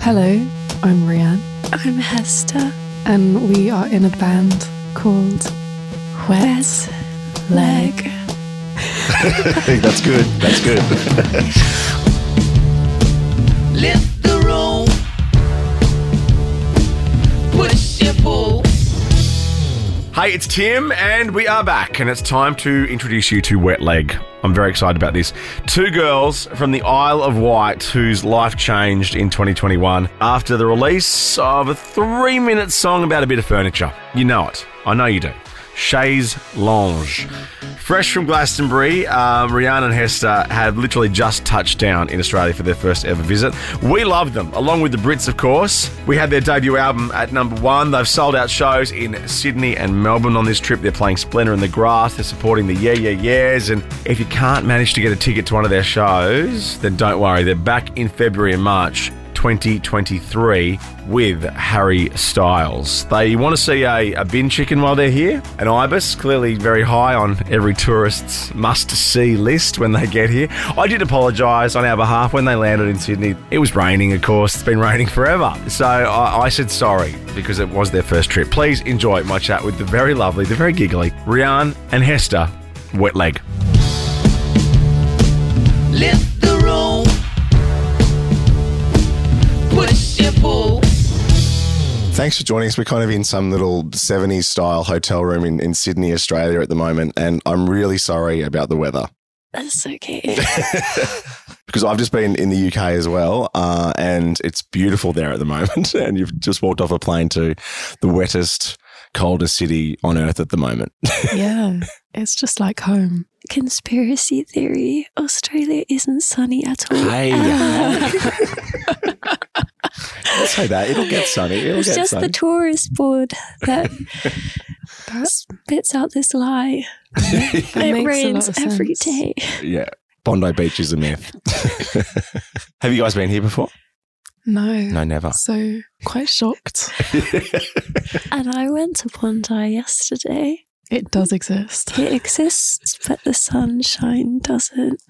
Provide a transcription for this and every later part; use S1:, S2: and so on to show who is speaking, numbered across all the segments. S1: Hello, I'm Rianne,
S2: I'm Hester.
S1: and we are in a band called
S2: Where's Leg?
S3: Hey, that's good. That's good.
S4: Lift the room. Push your pull.
S5: Hey, it's Tim, and we are back, and it's time to introduce you to Wet Leg. I'm very excited about this. Two girls from the Isle of Wight whose life changed in 2021 after the release of a three minute song about a bit of furniture. You know it. I know you do. Chaise Lange. Fresh from Glastonbury, um, Rihanna and Hester have literally just touched down in Australia for their first ever visit. We love them, along with the Brits, of course. We had their debut album at number one. They've sold out shows in Sydney and Melbourne on this trip. They're playing Splendor in the Grass. They're supporting the Yeah Yeah Yeahs. And if you can't manage to get a ticket to one of their shows, then don't worry. They're back in February and March. 2023 with Harry Styles. They want to see a, a bin chicken while they're here. An ibis, clearly very high on every tourist's must see list when they get here. I did apologise on our behalf when they landed in Sydney. It was raining, of course. It's been raining forever. So I, I said sorry because it was their first trip. Please enjoy my chat with the very lovely, the very giggly Rianne and Hester Wet Leg.
S4: Lift the room. Push your pull.
S3: Thanks for joining us. We're kind of in some little 70s style hotel room in, in Sydney, Australia at the moment. And I'm really sorry about the weather
S2: That's okay.
S3: because I've just been in the UK as well. Uh, and it's beautiful there at the moment. And you've just walked off a plane to the wettest, coldest city on earth at the moment.
S1: Yeah, it's just like home.
S2: Conspiracy theory Australia isn't sunny at all.
S3: Hey,
S2: Ah.
S3: Don't say that. It'll get sunny. It'll
S2: it's
S3: get
S2: just
S3: sunny.
S2: the tourist board that
S1: That,
S2: spits out this lie.
S1: that
S2: it
S1: makes a lot
S2: rains
S1: of sense.
S2: every day.
S3: yeah. Bondi Beach is a myth. Have you guys been here before?
S1: No.
S3: No, never.
S1: So quite shocked.
S2: And I went to Bondi yesterday.
S1: It does exist.
S2: It exists, but the sunshine doesn't.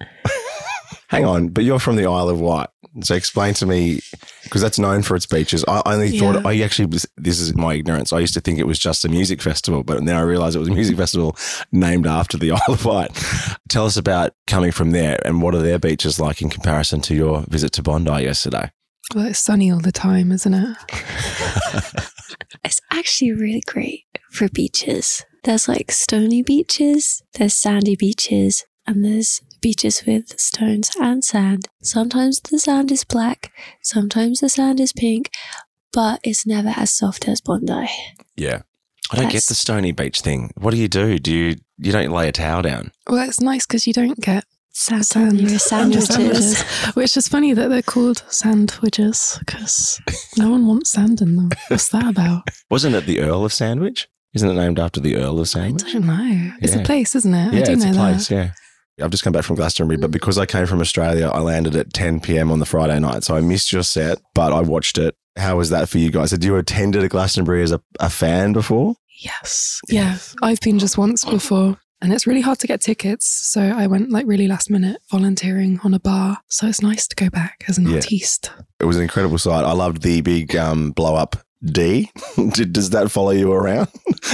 S3: Hang on, but you're from the Isle of Wight. So explain to me, because that's known for its beaches. I only
S1: Yeah.
S3: thought, I actually, was- this is my ignorance. I used to think it was just a music festival, but then I realized it was a music festival named after the Isle of Wight. Tell us about coming from there and what are their beaches like in comparison to your visit to Bondi yesterday?
S1: Well, it's sunny all the time, isn't it?
S2: It's actually really great for beaches. There's like stony beaches, there's sandy beaches, and there's beaches with stones and sand. Sometimes the sand is black, sometimes the sand is pink, but it's never as soft as Bondi.
S3: Yeah. I don't
S2: That's-
S3: get the Stony Beach thing. What do you do? Do you, you don't lay a towel down?
S1: Well, it's nice because you don't get
S2: Sand,
S1: Sand.
S2: your
S1: sandwiches,
S2: sandwiches.
S1: which is funny that they're called sandwiches because no one wants sand in them. What's that about?
S3: Wasn't it the Earl of Sandwich? Isn't it named after the Earl of
S1: I
S3: Sandwich?
S1: don't know. It's a
S3: Yeah.
S1: place, isn't it? I
S3: Yeah,
S1: do
S3: it's
S1: know
S3: a place.
S1: that. Mm.
S3: Yeah. I've just come back from Glastonbury, but because I came from Australia, I landed at 10 p.m. on the Friday night. So I missed your set, but I watched it. How was that for you guys? Had you attended a Glastonbury as a, a fan before?
S1: Yes. Yeah. I've been just once before and it's really hard to get tickets. So I went like really last minute volunteering on a bar. So it's nice to go back as an
S3: Yeah.
S1: artiste.
S3: It was an incredible sight. I loved the big um, blow up D. Did, does that follow you around?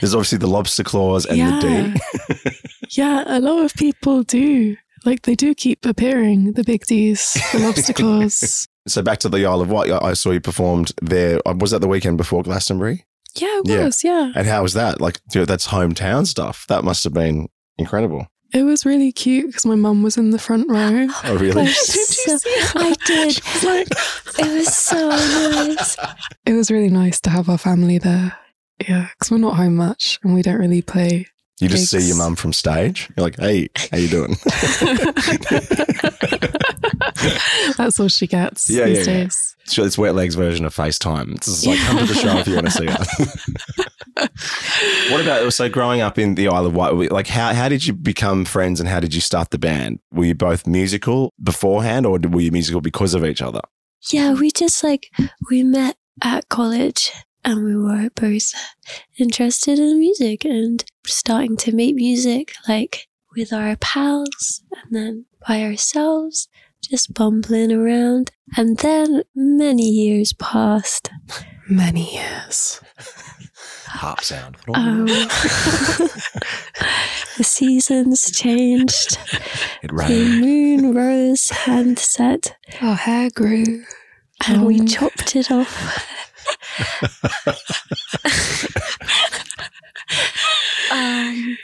S3: There's obviously the lobster claws and the D.
S1: yeah, a lot of people do. Like they do keep appearing, the big D's, the lobster claws.
S3: So back to the Isle of Wight. I I saw you performed there. uh, Was that the weekend before Glastonbury?
S1: Yeah, it
S3: Yeah.
S1: was. Yeah.
S3: And how was that? Like, dude, that's hometown stuff. That must have been incredible.
S1: It was really cute because my mum was in the front row.
S3: Oh, really?
S2: Like, so- I did. it was so nice.
S1: It was really nice to have our family there. Yeah, because we're not home much and we don't really play.
S3: You just see
S1: Gigs.
S3: your mum from stage. You're like, hey, how you doing?
S1: That's all she gets
S3: Yeah,
S1: these
S3: yeah, yeah.
S1: days.
S3: it's, it's Wet Legs version of FaceTime. It's just like, come to the show if you want to see her. what about, so growing up in the Isle of Wight, we- like how, how did you become friends and how did you start the band? Were you both musical beforehand or were you musical because of each other?
S2: Yeah, we just like we met at college and we were both interested in music and starting to make music like with our pals and then by ourselves just bumbling around. And then many years passed.
S1: Many years.
S3: Harp sound.
S2: Um, the seasons changed.
S3: it
S2: The
S3: rained.
S2: moon rose and set,
S1: Our Oh, hair grew.
S2: and we
S1: Um.
S2: chopped it off. um,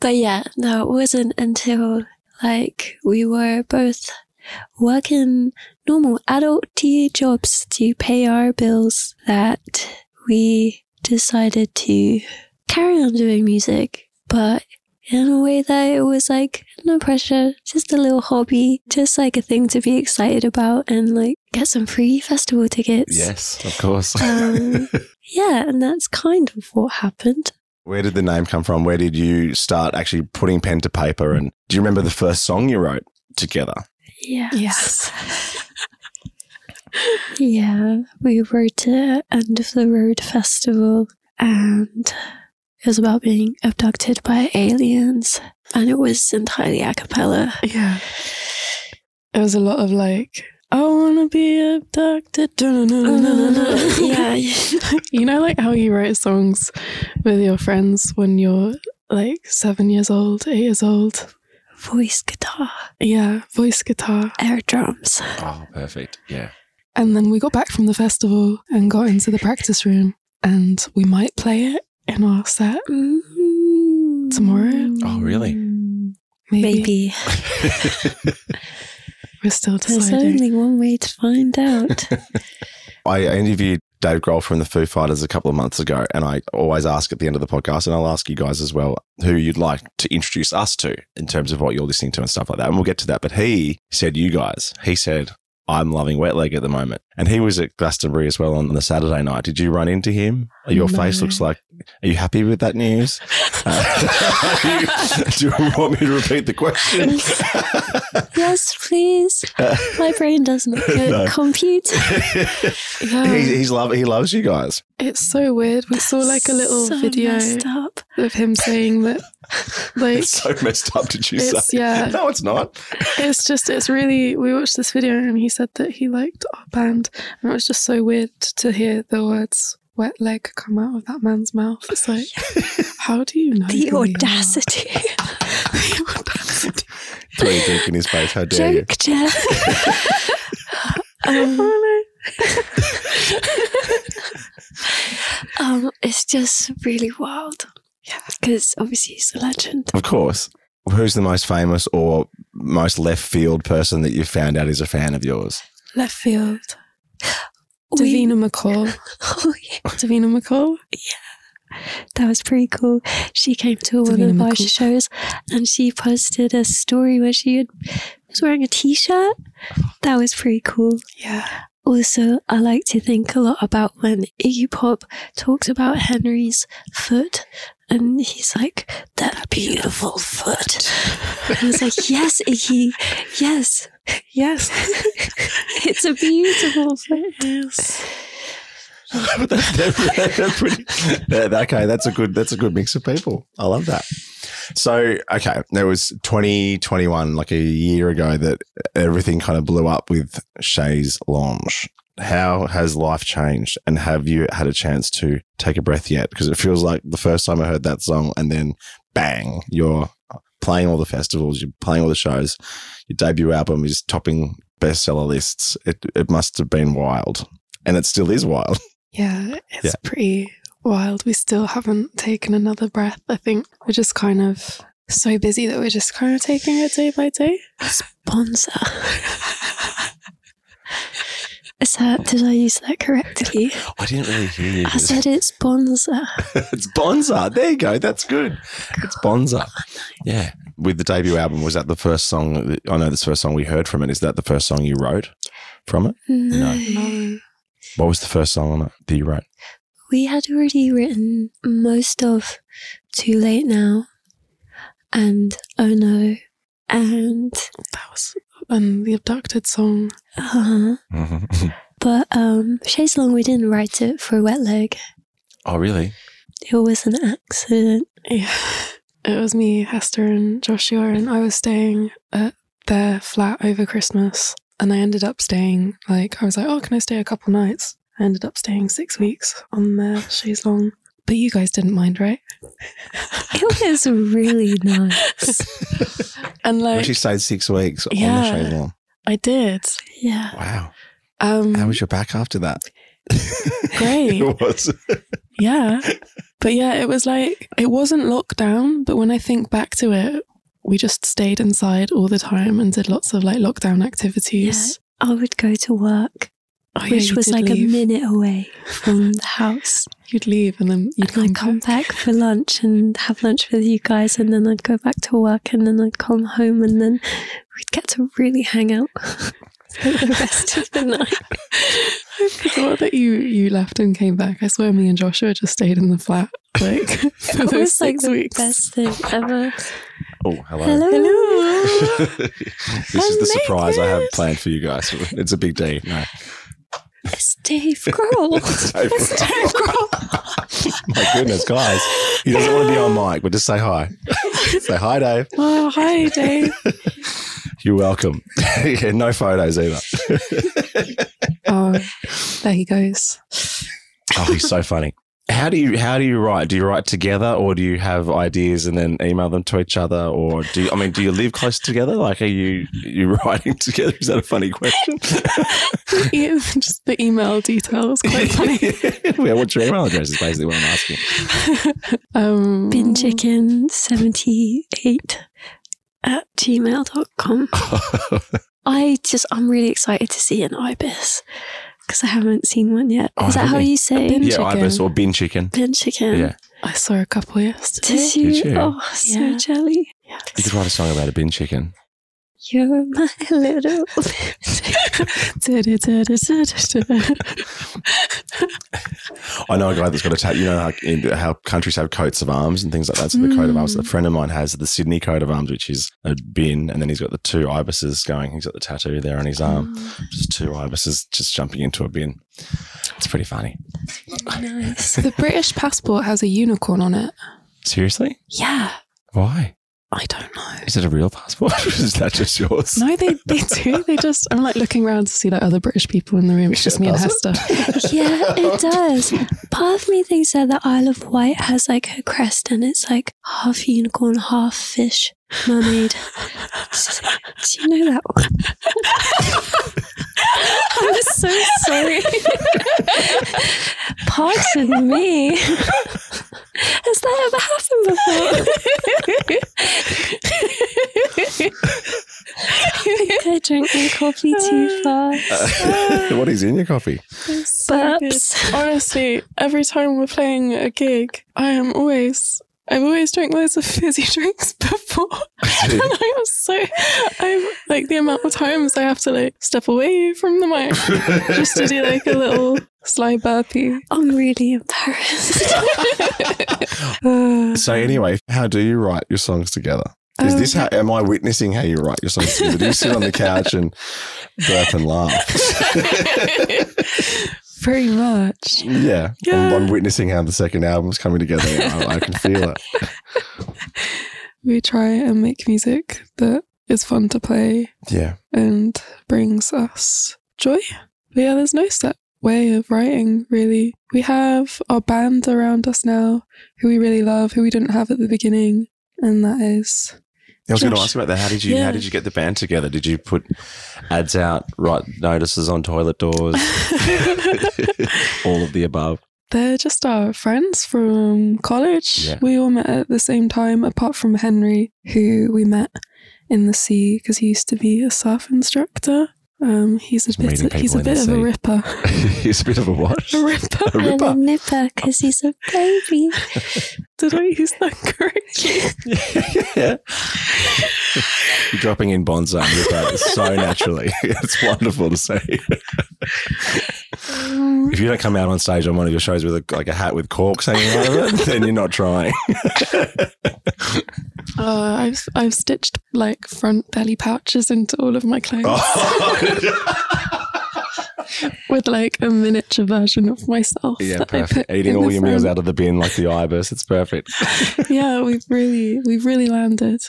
S2: but yeah, no, it wasn't until like we were both working normal adult tea jobs to pay our bills that we decided to carry on doing music, but in a way that it was like no pressure, just a little hobby, just like a thing to be excited about and like get some free festival tickets.
S3: Yes, of course.
S2: Um, yeah, and that's kind of what happened.
S3: Where did the name come from? Where did you start actually putting pen to paper? And do you remember the first song you wrote together?
S2: Yeah.
S1: Yes.
S2: Yeah, we wrote it at End of the Road Festival and it was about being abducted by aliens and it was entirely a cappella.
S1: Yeah. It was a lot of like, I wanna be abducted. dun-dun-dun-dun-dun-dun.
S2: yeah,
S1: you know, like how you write songs with your friends when you're like seven years old, eight years old.
S2: voice guitar,
S1: Yeah, voice guitar.
S2: air drums.
S3: Oh, perfect. Yeah.
S1: And then we got back from the festival and got into the practice room, and we might play it in our set Tomorrow?
S3: Oh, really?
S1: Maybe,
S2: Mm. Maybe.
S1: we're still
S2: There's
S1: deciding.
S2: only one way to find out.
S3: I interviewed Dave Grohl from the Foo Fighters a couple of months ago, and I always ask at the end of the podcast, and I'll ask you guys as well, who you'd like to introduce us to in terms of what you're listening to and stuff like that. And we'll get to that. But he said, You guys, he said, I'm loving Wet Leg at the moment. And he was at Glastonbury as well on the Saturday night. Did you run into him? Your
S1: No.
S3: face looks like, Are you happy with that news? Uh, do you want me to repeat the question?
S2: yes, please. My brain doesn't
S3: No.
S2: compute.
S1: Yeah.
S3: He, he's love, he loves you guys.
S1: It's so weird. We saw like a little
S2: So
S1: video
S2: messed up.
S1: of him saying that, like,
S3: It's so messed up, did you
S1: It's-
S3: say?
S1: yeah.
S3: No, it's not.
S1: it's just it's really we watched this video and he said that he liked our band and it was just so weird to hear the words wet leg come out of that man's mouth it's like how do you know
S2: The
S1: who we are?
S2: audacity.
S1: The audacity.
S3: Throwing drink in his face. How dare you?
S2: Joke, Jeff. um,
S1: Oh,
S2: um, it's just really wild.
S1: Yeah.
S2: Because obviously he's a legend.
S3: Of course. Who's the most famous or most left field person that you found out is a fan of yours?
S1: left field
S2: We-
S1: Davina McCall
S2: Oh, yeah.
S1: Davina McCall
S2: That was pretty cool. She came to one
S1: Davina
S2: of our
S1: McCall.
S2: shows and she posted a story where she had, was wearing a t shirt. That was pretty cool.
S1: yeah
S2: Also, I like to think a lot about when Iggy Pop talks about Henry's foot and he's like, that beautiful foot. And I was like, yes, Iggy, yes,
S1: yes
S2: it's a beautiful foot.
S1: yes
S3: But that- that- they're pretty- that- okay, that's a good that's a good mix of people. I love that. So, okay, there was 2021, like a year ago, that everything kind of blew up with Shay's launch. How has life changed, and have you had a chance to take a breath yet? Because it feels like the first time I heard that song, and then bang, you're playing all the festivals, you're playing all the shows, your debut album is topping bestseller lists. It it must have been wild, and it still is wild.
S1: Yeah, it's
S3: Yeah.
S1: pretty wild. We still haven't taken another breath. I think we're just kind of so busy that we're just kind of taking it day by day.
S2: Bonza. Is that, did I use that correctly?
S3: I didn't really hear you.
S2: I said it's Bonza.
S3: it's Bonza. There you go. That's good. It's Bonza. Yeah. With the debut album, was that the first song? that- I know that's the first song we heard from it. Is that the first song you wrote from it?
S2: no.
S1: No.
S3: What was the first song on it that you wrote?
S2: We had already written most of Too Late Now and Oh No and
S1: That was and the abducted song.
S2: uh but um Chase Long we didn't write it for Wet Leg.
S3: oh, really?
S2: It was an accident.
S1: Yeah. It was me, Hester and Joshua and I was staying at their flat over Christmas And I ended up staying, like, I was like, oh, can I stay a couple nights? I ended up staying six weeks on the chaise long. But you guys didn't mind, right?
S2: It was really nice.
S1: And
S3: You
S1: like,
S3: actually stayed six weeks on the
S1: Yeah.
S3: chaise long.
S1: I did.
S2: Yeah.
S3: Wow.
S1: Um,
S3: How was your back after that?
S1: Great.
S3: it was.
S1: Yeah. But yeah, it was like, it wasn't lockdown, but when I think back to it, we just stayed inside all the time and did lots of like lockdown activities.
S2: I would go to work,
S1: Oh, yeah,
S2: which
S1: you
S2: was
S1: did
S2: like
S1: leave.
S2: a minute away from the house.
S1: You'd leave and then you'd
S2: and
S1: come,
S2: I'd come back for lunch and have lunch with you guys, and then I'd go back to work, and then I'd come home, and then we'd get to really hang out for the rest of the night.
S1: I forgot that you you left and came back. I swear, me and Joshua just stayed in the flat like for
S2: It
S1: those
S2: was like
S1: six
S2: the
S1: weeks.
S2: best thing ever.
S3: Oh, hello.
S2: Hello.
S3: this is the surprise I have
S1: naked.
S3: planned for you guys. It's a big day. No.
S2: It's Dave Grohl.
S3: It's Dave
S2: It's Dave Grohl.
S3: My goodness, guys. He doesn't want to be on mic, but just say hi. say hi, Dave.
S1: Oh, hi, Dave.
S3: You're welcome. yeah, no photos either.
S1: oh, there he goes.
S3: Oh, he's so funny. How do you how do you write? Do you write together, or do you have ideas and then email them to each other, or do you, I mean, do you live close together? Like, are you are you writing together? Is that a funny question?
S1: Yeah, E, Just the email detail is quite funny.
S3: yeah, what's your email address? Is basically what I'm asking.
S1: Um,
S2: Bin chicken 78 at gmail.com. I just, I'm really excited to see an ibis because I haven't seen one yet.
S3: Oh,
S2: Is that how
S3: really?
S2: you say
S1: bin
S2: it?
S3: yeah,
S1: chicken.
S3: ibis or bin chicken.
S2: Bin chicken.
S3: Yeah,
S1: I saw a couple yesterday.
S2: Did you?
S3: you?
S2: Oh, so
S1: Yeah.
S2: jelly.
S3: you could write a song about a bin chicken.
S2: You're my little.
S3: I know a guy that's got a tattoo. You know how, in, how countries have coats of arms and things like that. So the coat of arms. A friend of mine has the Sydney coat of arms, which is a bin, and then he's got the two ibises going. He's got the tattoo there on his arm,
S1: Um,
S3: just two ibises just jumping into a bin. It's pretty funny.
S2: nice.
S1: the British passport has a unicorn on it.
S3: Seriously,
S1: Yeah,
S3: why
S1: I don't know.
S3: is it a real passport? is that just yours?
S1: No, they, they do. They just, I'm like looking around to see like other British people in the room. It's just me and Hester.
S2: Yeah, it does. Part of me thinks that the Isle of Wight has like a crest and it's like half unicorn, half fish, mermaid. Do you know that one? I'm so sorry. Pardon me. Has that ever happened before? I drink my coffee too fast.
S3: what is in your coffee?
S1: So good.
S2: Burps.
S1: Honestly, every time we're playing a gig, I am always. I've always drank loads of fizzy drinks before. and I am so, I'm like the amount of times I have to like step away from the mic just to do like a little sly burpee.
S2: I'm really embarrassed.
S1: Uh,
S3: So anyway, how do you write your songs together? Is
S1: Um,
S3: this how? Am I witnessing how you write your songs together? Do you sit on the couch and burp and laugh?
S1: Pretty much.
S3: Yeah. I'm, I'm witnessing how the second album's coming together. I, I can feel it.
S1: We try and make music that is fun to play
S3: Yeah.
S1: and brings us joy. But yeah, there's no set way of writing, really. We have our band around us now who we really love, who we didn't have at the beginning. And that is,
S3: I was going to
S1: Josh.
S3: ask about that. How did you? How
S1: Yeah.
S3: did you get the band together? Did you put ads out, write notices on toilet doors, all of the above?
S1: they're just our friends from college.
S3: Yeah.
S1: We all met at the same time, apart from Henry, who we met in the sea because he used to be a surf instructor. Um, he's a
S3: Meeting
S1: bit, he's
S3: people
S1: a
S3: in the
S1: bit of a
S3: sea.
S1: ripper.
S3: it's a bit of a what?
S1: a ripper.
S3: A
S2: and a
S3: ripper.
S2: nipper because he's a baby.
S1: Did I use that correctly?
S3: yeah. You're dropping in Bonzo and Ripper so naturally. It's wonderful to see.
S1: Um,
S3: If you don't come out on stage on one of your shows with a, like a hat with corks hanging out of it, then you're not trying.
S1: Uh, I've I've stitched like front belly pouches into all of my clothes
S3: Oh.
S1: with like a miniature version of myself.
S3: Yeah,
S1: that I
S3: perfect.
S1: put
S3: Eating
S1: in
S3: all
S1: the
S3: your meals
S1: front.
S3: out of the bin like the ibis. It's perfect.
S1: yeah, we've really we've really landed.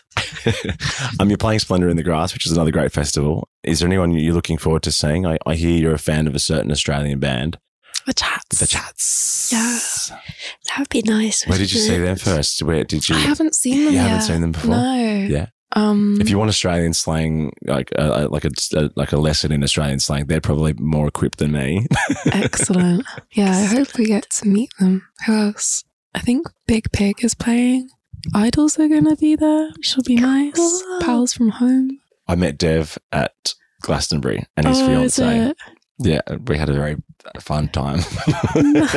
S3: um, you're playing Splendor in the Grass, which is another great festival. Is there anyone you're looking forward to seeing? I, I hear you're a fan of a certain Australian band,
S2: The chats.
S3: The Chats.
S2: Yeah. That would be nice.
S3: Where did you see them
S2: wouldn't it?
S3: first? Where did you?
S1: I haven't seen them
S3: you
S1: yet.
S3: haven't seen them before.
S1: No.
S3: Yeah.
S1: Um,
S3: If you want Australian slang, like uh, like a like a lesson in Australian slang, they're probably more equipped than me.
S1: excellent. Yeah, I hope we get to meet them. Who else? I think Big Pig is playing. Idols are going to be there, which will be nice.
S2: Cool.
S1: Pals from home.
S3: I met Dev at Glastonbury and his
S1: Oh, is
S3: fiance.
S1: it?
S3: Yeah, we had a very fun time.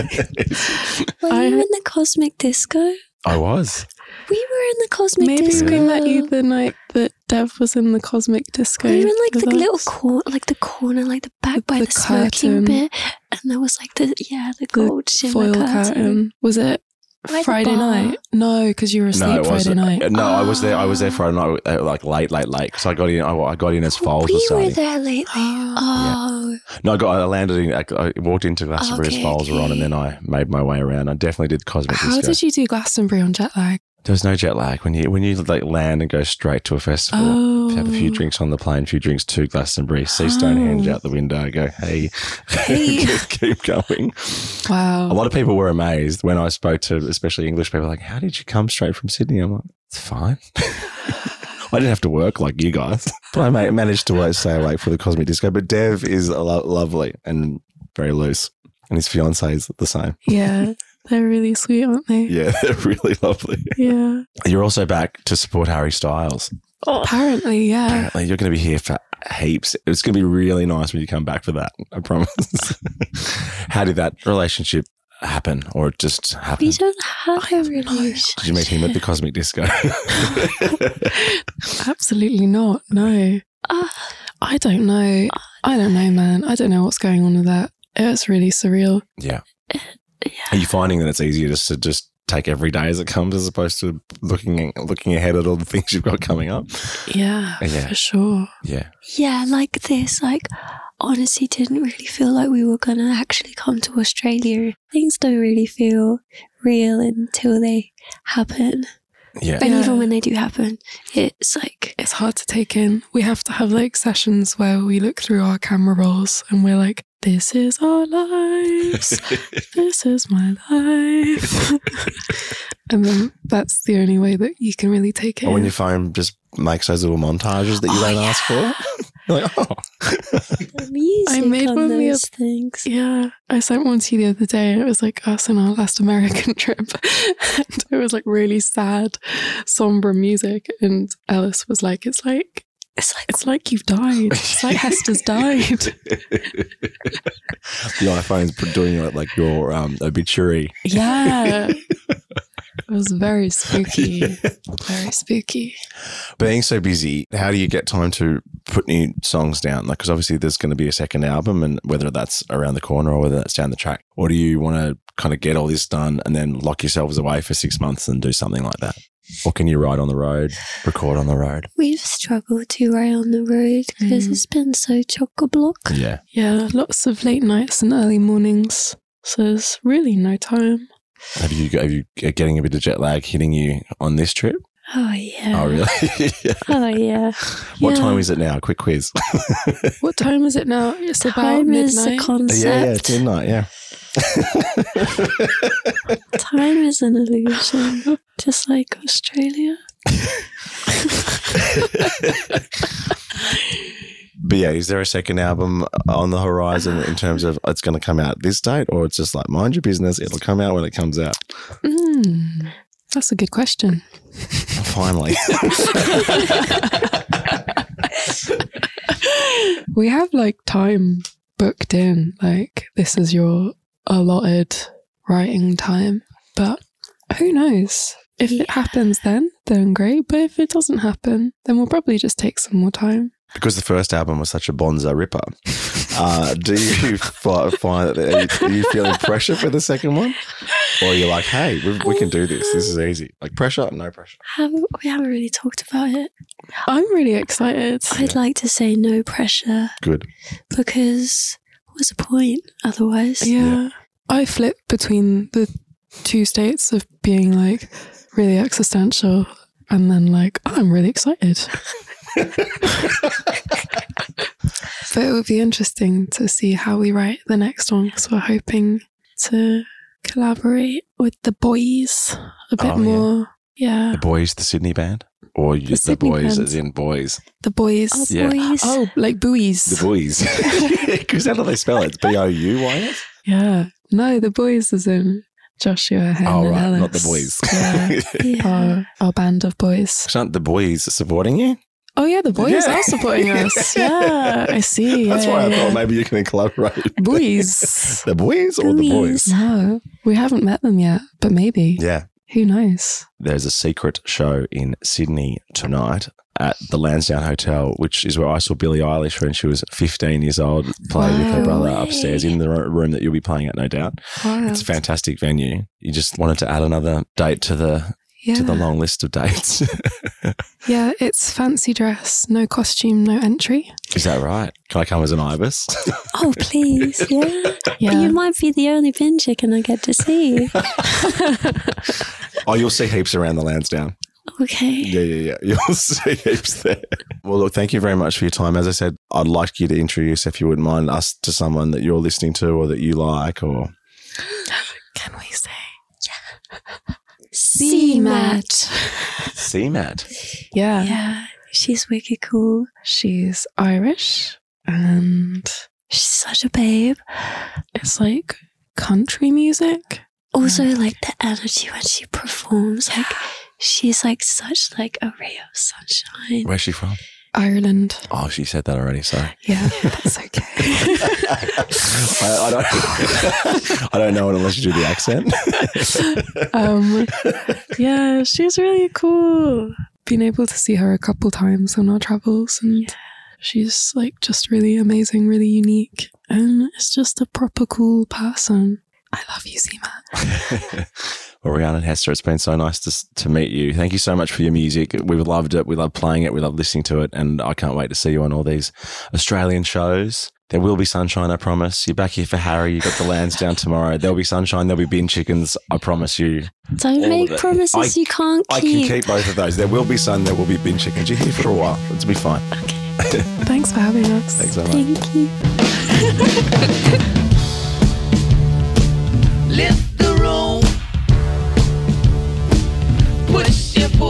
S2: Were
S1: I-
S2: you in the Cosmic Disco? We were
S3: I was.
S2: in the Cosmic
S1: Maybe
S2: Disco.
S1: we met you the night that Dev was in the Cosmic Disco.
S2: We were in like the
S1: with
S2: little
S1: us.
S2: corner, like the corner, like the back
S1: With
S2: by
S1: the
S2: the, smoking
S1: curtain.
S2: bit, and there was like the yeah, the gold shimmer
S1: foil
S2: curtain.
S1: curtain. Was it
S2: By the
S1: Friday
S2: bar.
S1: night? No, because you were asleep
S3: No, it
S1: Friday
S3: wasn't.
S1: night.
S3: Uh, No, I was there. I was there Friday night, uh, like late, late, late. Because I got in. I, I got in as Foles or
S2: we were
S3: something.
S2: there lately. Oh,
S3: No, I got. I landed in. I, I walked into
S1: Oh,
S3: Glastonbury as
S2: Okay,
S3: Foles were on, and
S2: okay.
S3: then I made my way around. I definitely did cosmic
S1: How
S3: disco.
S1: did you do Glastonbury on jet lag?
S3: there was no jet lag when you when you like land and go straight to a festival.
S1: Oh,
S3: Have a few drinks on the plane, a few drinks to Glastonbury, see Stonehenge
S1: Oh.
S3: out the window, go, hey,
S2: Hey.
S3: keep, keep going.
S1: Wow.
S3: A lot of people were amazed when I spoke to, especially English people, like, how did you come straight from Sydney? I'm like, it's fine. I didn't have to work like you guys, but I ma- managed to like, stay awake for the Cosmic Disco. But Dev is lo- lovely and very loose, and his fiance is the same.
S1: yeah, they're really sweet, aren't they?
S3: Yeah, they're really lovely.
S1: Yeah.
S3: You're also back to support Harry Styles.
S1: Apparently, yeah.
S3: Apparently, you're going to be here for heaps. It's going to be really nice when you come back for that. I promise. How did that relationship happen, or it just
S2: we
S3: happen?
S2: don't have a relationship.
S3: Did you meet him at the Cosmic Disco?
S1: Absolutely not. No.
S2: Ah,
S1: I don't know. I don't know, man. I don't know what's going on with that. It's really surreal.
S3: yeah. Are
S2: yeah.
S3: you finding that it's easier just to just take every day as it comes, as opposed to looking looking ahead at all the things you've got coming up?
S1: Yeah,
S3: Yeah.
S1: for sure.
S3: Yeah.
S2: yeah, like this. Like, honestly, didn't really feel like we were gonna actually come to Australia. Things don't really feel real until they happen,
S3: Yeah.
S2: and
S1: Yeah.
S2: even when they do happen, it's like
S1: It's hard to take in. We have to have like sessions where we look through our camera rolls and we're like, this is our lives. this is my life. and then that's the only way that you can really take it.
S3: Or when
S1: in.
S3: your phone just makes those little montages that you
S2: Oh,
S3: don't
S2: yeah.
S3: ask for. You're like, oh.
S2: the music
S1: made
S2: on
S1: one the
S2: those things.
S1: Yeah, I sent one to you the other day, and it was like us on our last American trip, and it was like really sad, somber music, and Alice was like, "It's like
S2: It's like
S1: it's like you've died. It's like Hester's died."
S3: the iPhone's doing like, like your um, obituary.
S1: Yeah, it was very spooky, very spooky.
S3: Being so busy, how do you get time to put new songs down? Like, because obviously there's going to be a second album, and whether that's around the corner or whether that's down the track, or do you want to kind of get all this done and then lock yourselves away for six months and do something like that? Or can you ride on the road, record on the road?
S2: We've struggled to ride on the road because
S1: Mm.
S2: it's been so chock a block.
S3: Yeah.
S1: Yeah, lots of late nights and early mornings. So there's really no time.
S3: Have you have you are getting a bit of jet lag hitting you on this trip?
S2: Oh yeah.
S3: Oh, really? Yeah.
S2: Oh yeah.
S3: What
S1: Yeah.
S3: time is it now? Quick quiz.
S1: What time is it now? It's about
S2: Time is a
S1: midnight.
S2: concept.
S3: Yeah, yeah, it's midnight. Yeah.
S2: Time is an illusion, just like Australia.
S3: But yeah, is there a second album on the horizon in terms of it's going to come out this date, or it's just like mind your business, it'll come out when it comes out?
S1: Mm, that's a good question.
S3: Finally,
S1: we have like time booked in like this is your allotted writing time but who knows if
S2: Yeah.
S1: it happens then then great but if it doesn't happen then we'll probably just take some more time
S3: because the first album was such a bonza ripper, uh, do you fi- find that are you, are you feeling pressure for the second one, or you're like, hey, we, we can do this, this is easy, like pressure, no pressure.
S2: Haven't, we haven't really talked about it.
S1: i'm really excited
S2: I'd like to say no pressure
S3: Good.
S2: because what's the point otherwise?
S1: yeah i flip between the two states of being like really existential and then like i'm really excited So it will be interesting to see how we write the next one because we're hoping to collaborate with the boys a bit
S3: Oh, yeah.
S1: more. Yeah.
S3: The boys, the Sydney band, or you, the,
S1: Sydney
S3: boys
S1: band.
S3: as in boys,
S1: The boys.
S2: Oh,
S3: Yeah.
S2: boys.
S1: Oh, like buoys.
S3: the boys. Because how do they spell it? It's B O U Y S.
S1: yeah. No, the boys is in Joshua, Hen,
S3: Oh
S1: and
S3: right,
S1: Alex.
S3: not the boys.
S1: yeah.
S2: Yeah.
S1: Our, our band of boys.
S3: Aren't the boys supporting you?
S1: Oh, yeah, the boys
S3: Yeah.
S1: are supporting us. Yeah, I see.
S3: That's
S1: yeah,
S3: why I
S1: yeah.
S3: thought maybe you can collaborate.
S1: Boys.
S3: the boys or the boys?
S2: Boys.
S1: no, we haven't met them yet, but maybe.
S3: Yeah.
S1: Who knows?
S3: There's a secret show in Sydney tonight at the Lansdowne Hotel, which is where I saw Billie Eilish when she was 15 years old, playing with her
S1: Wow.
S3: brother
S2: Way.
S3: upstairs in the ro- room that you'll be playing at, no doubt.
S1: Wow.
S3: It's a fantastic venue. You just wanted to add another date to the
S1: yeah.
S3: to the long list of dates.
S1: Yeah, it's fancy dress, no costume, no entry.
S3: is that right? Can I come as an ibis?
S2: Oh, please. Yeah. You
S1: Yeah.
S2: might be the only pin chicken I get to see.
S3: oh, you'll see heaps around the Lansdowne.
S2: Okay.
S3: Yeah, yeah, yeah. You'll see heaps there. Well, look, thank you very much for your time. As I said, I'd like you to introduce, if you wouldn't mind, us to someone that you're listening to or that you like or.
S1: Can we say
S2: See Matt.
S3: See, Matt.
S1: Yeah.
S2: Yeah. She's wicked cool.
S1: She's Irish and
S2: She's such a babe.
S1: it's like country music.
S2: Also, like the energy when she performs, like she's like such like a ray of sunshine.
S3: Where's she from?
S1: Ireland.
S3: Oh, she said that already. Sorry.
S1: Yeah, that's okay.
S3: I, I don't. I don't know it unless you do the accent.
S1: um, yeah, she's really cool. Been able to see her a couple times on our travels, and she's like just really amazing, really unique, and it's just a proper cool person. I love you, Seema.
S3: well, Rhiannon Hester, it's been so nice to, s- to meet you. Thank you so much for your music. We've loved it. We love playing it. We love listening to it. And I can't wait to see you on all these Australian shows. There will be sunshine, I promise. You're back here for Harry. You've got the lands down tomorrow. There'll be sunshine. There'll be bin chickens. I promise you.
S2: Don't
S3: All of
S2: make
S3: it.
S2: promises
S3: I-
S2: you can't
S3: I can
S2: keep.
S3: keep both of those. There will be sun. There will be bin chickens. You're here for a while. It'll be fine.
S1: Thanks for having us.
S3: Thanks so uh, much.
S2: Thank you.
S4: Lift the room. Push your pull.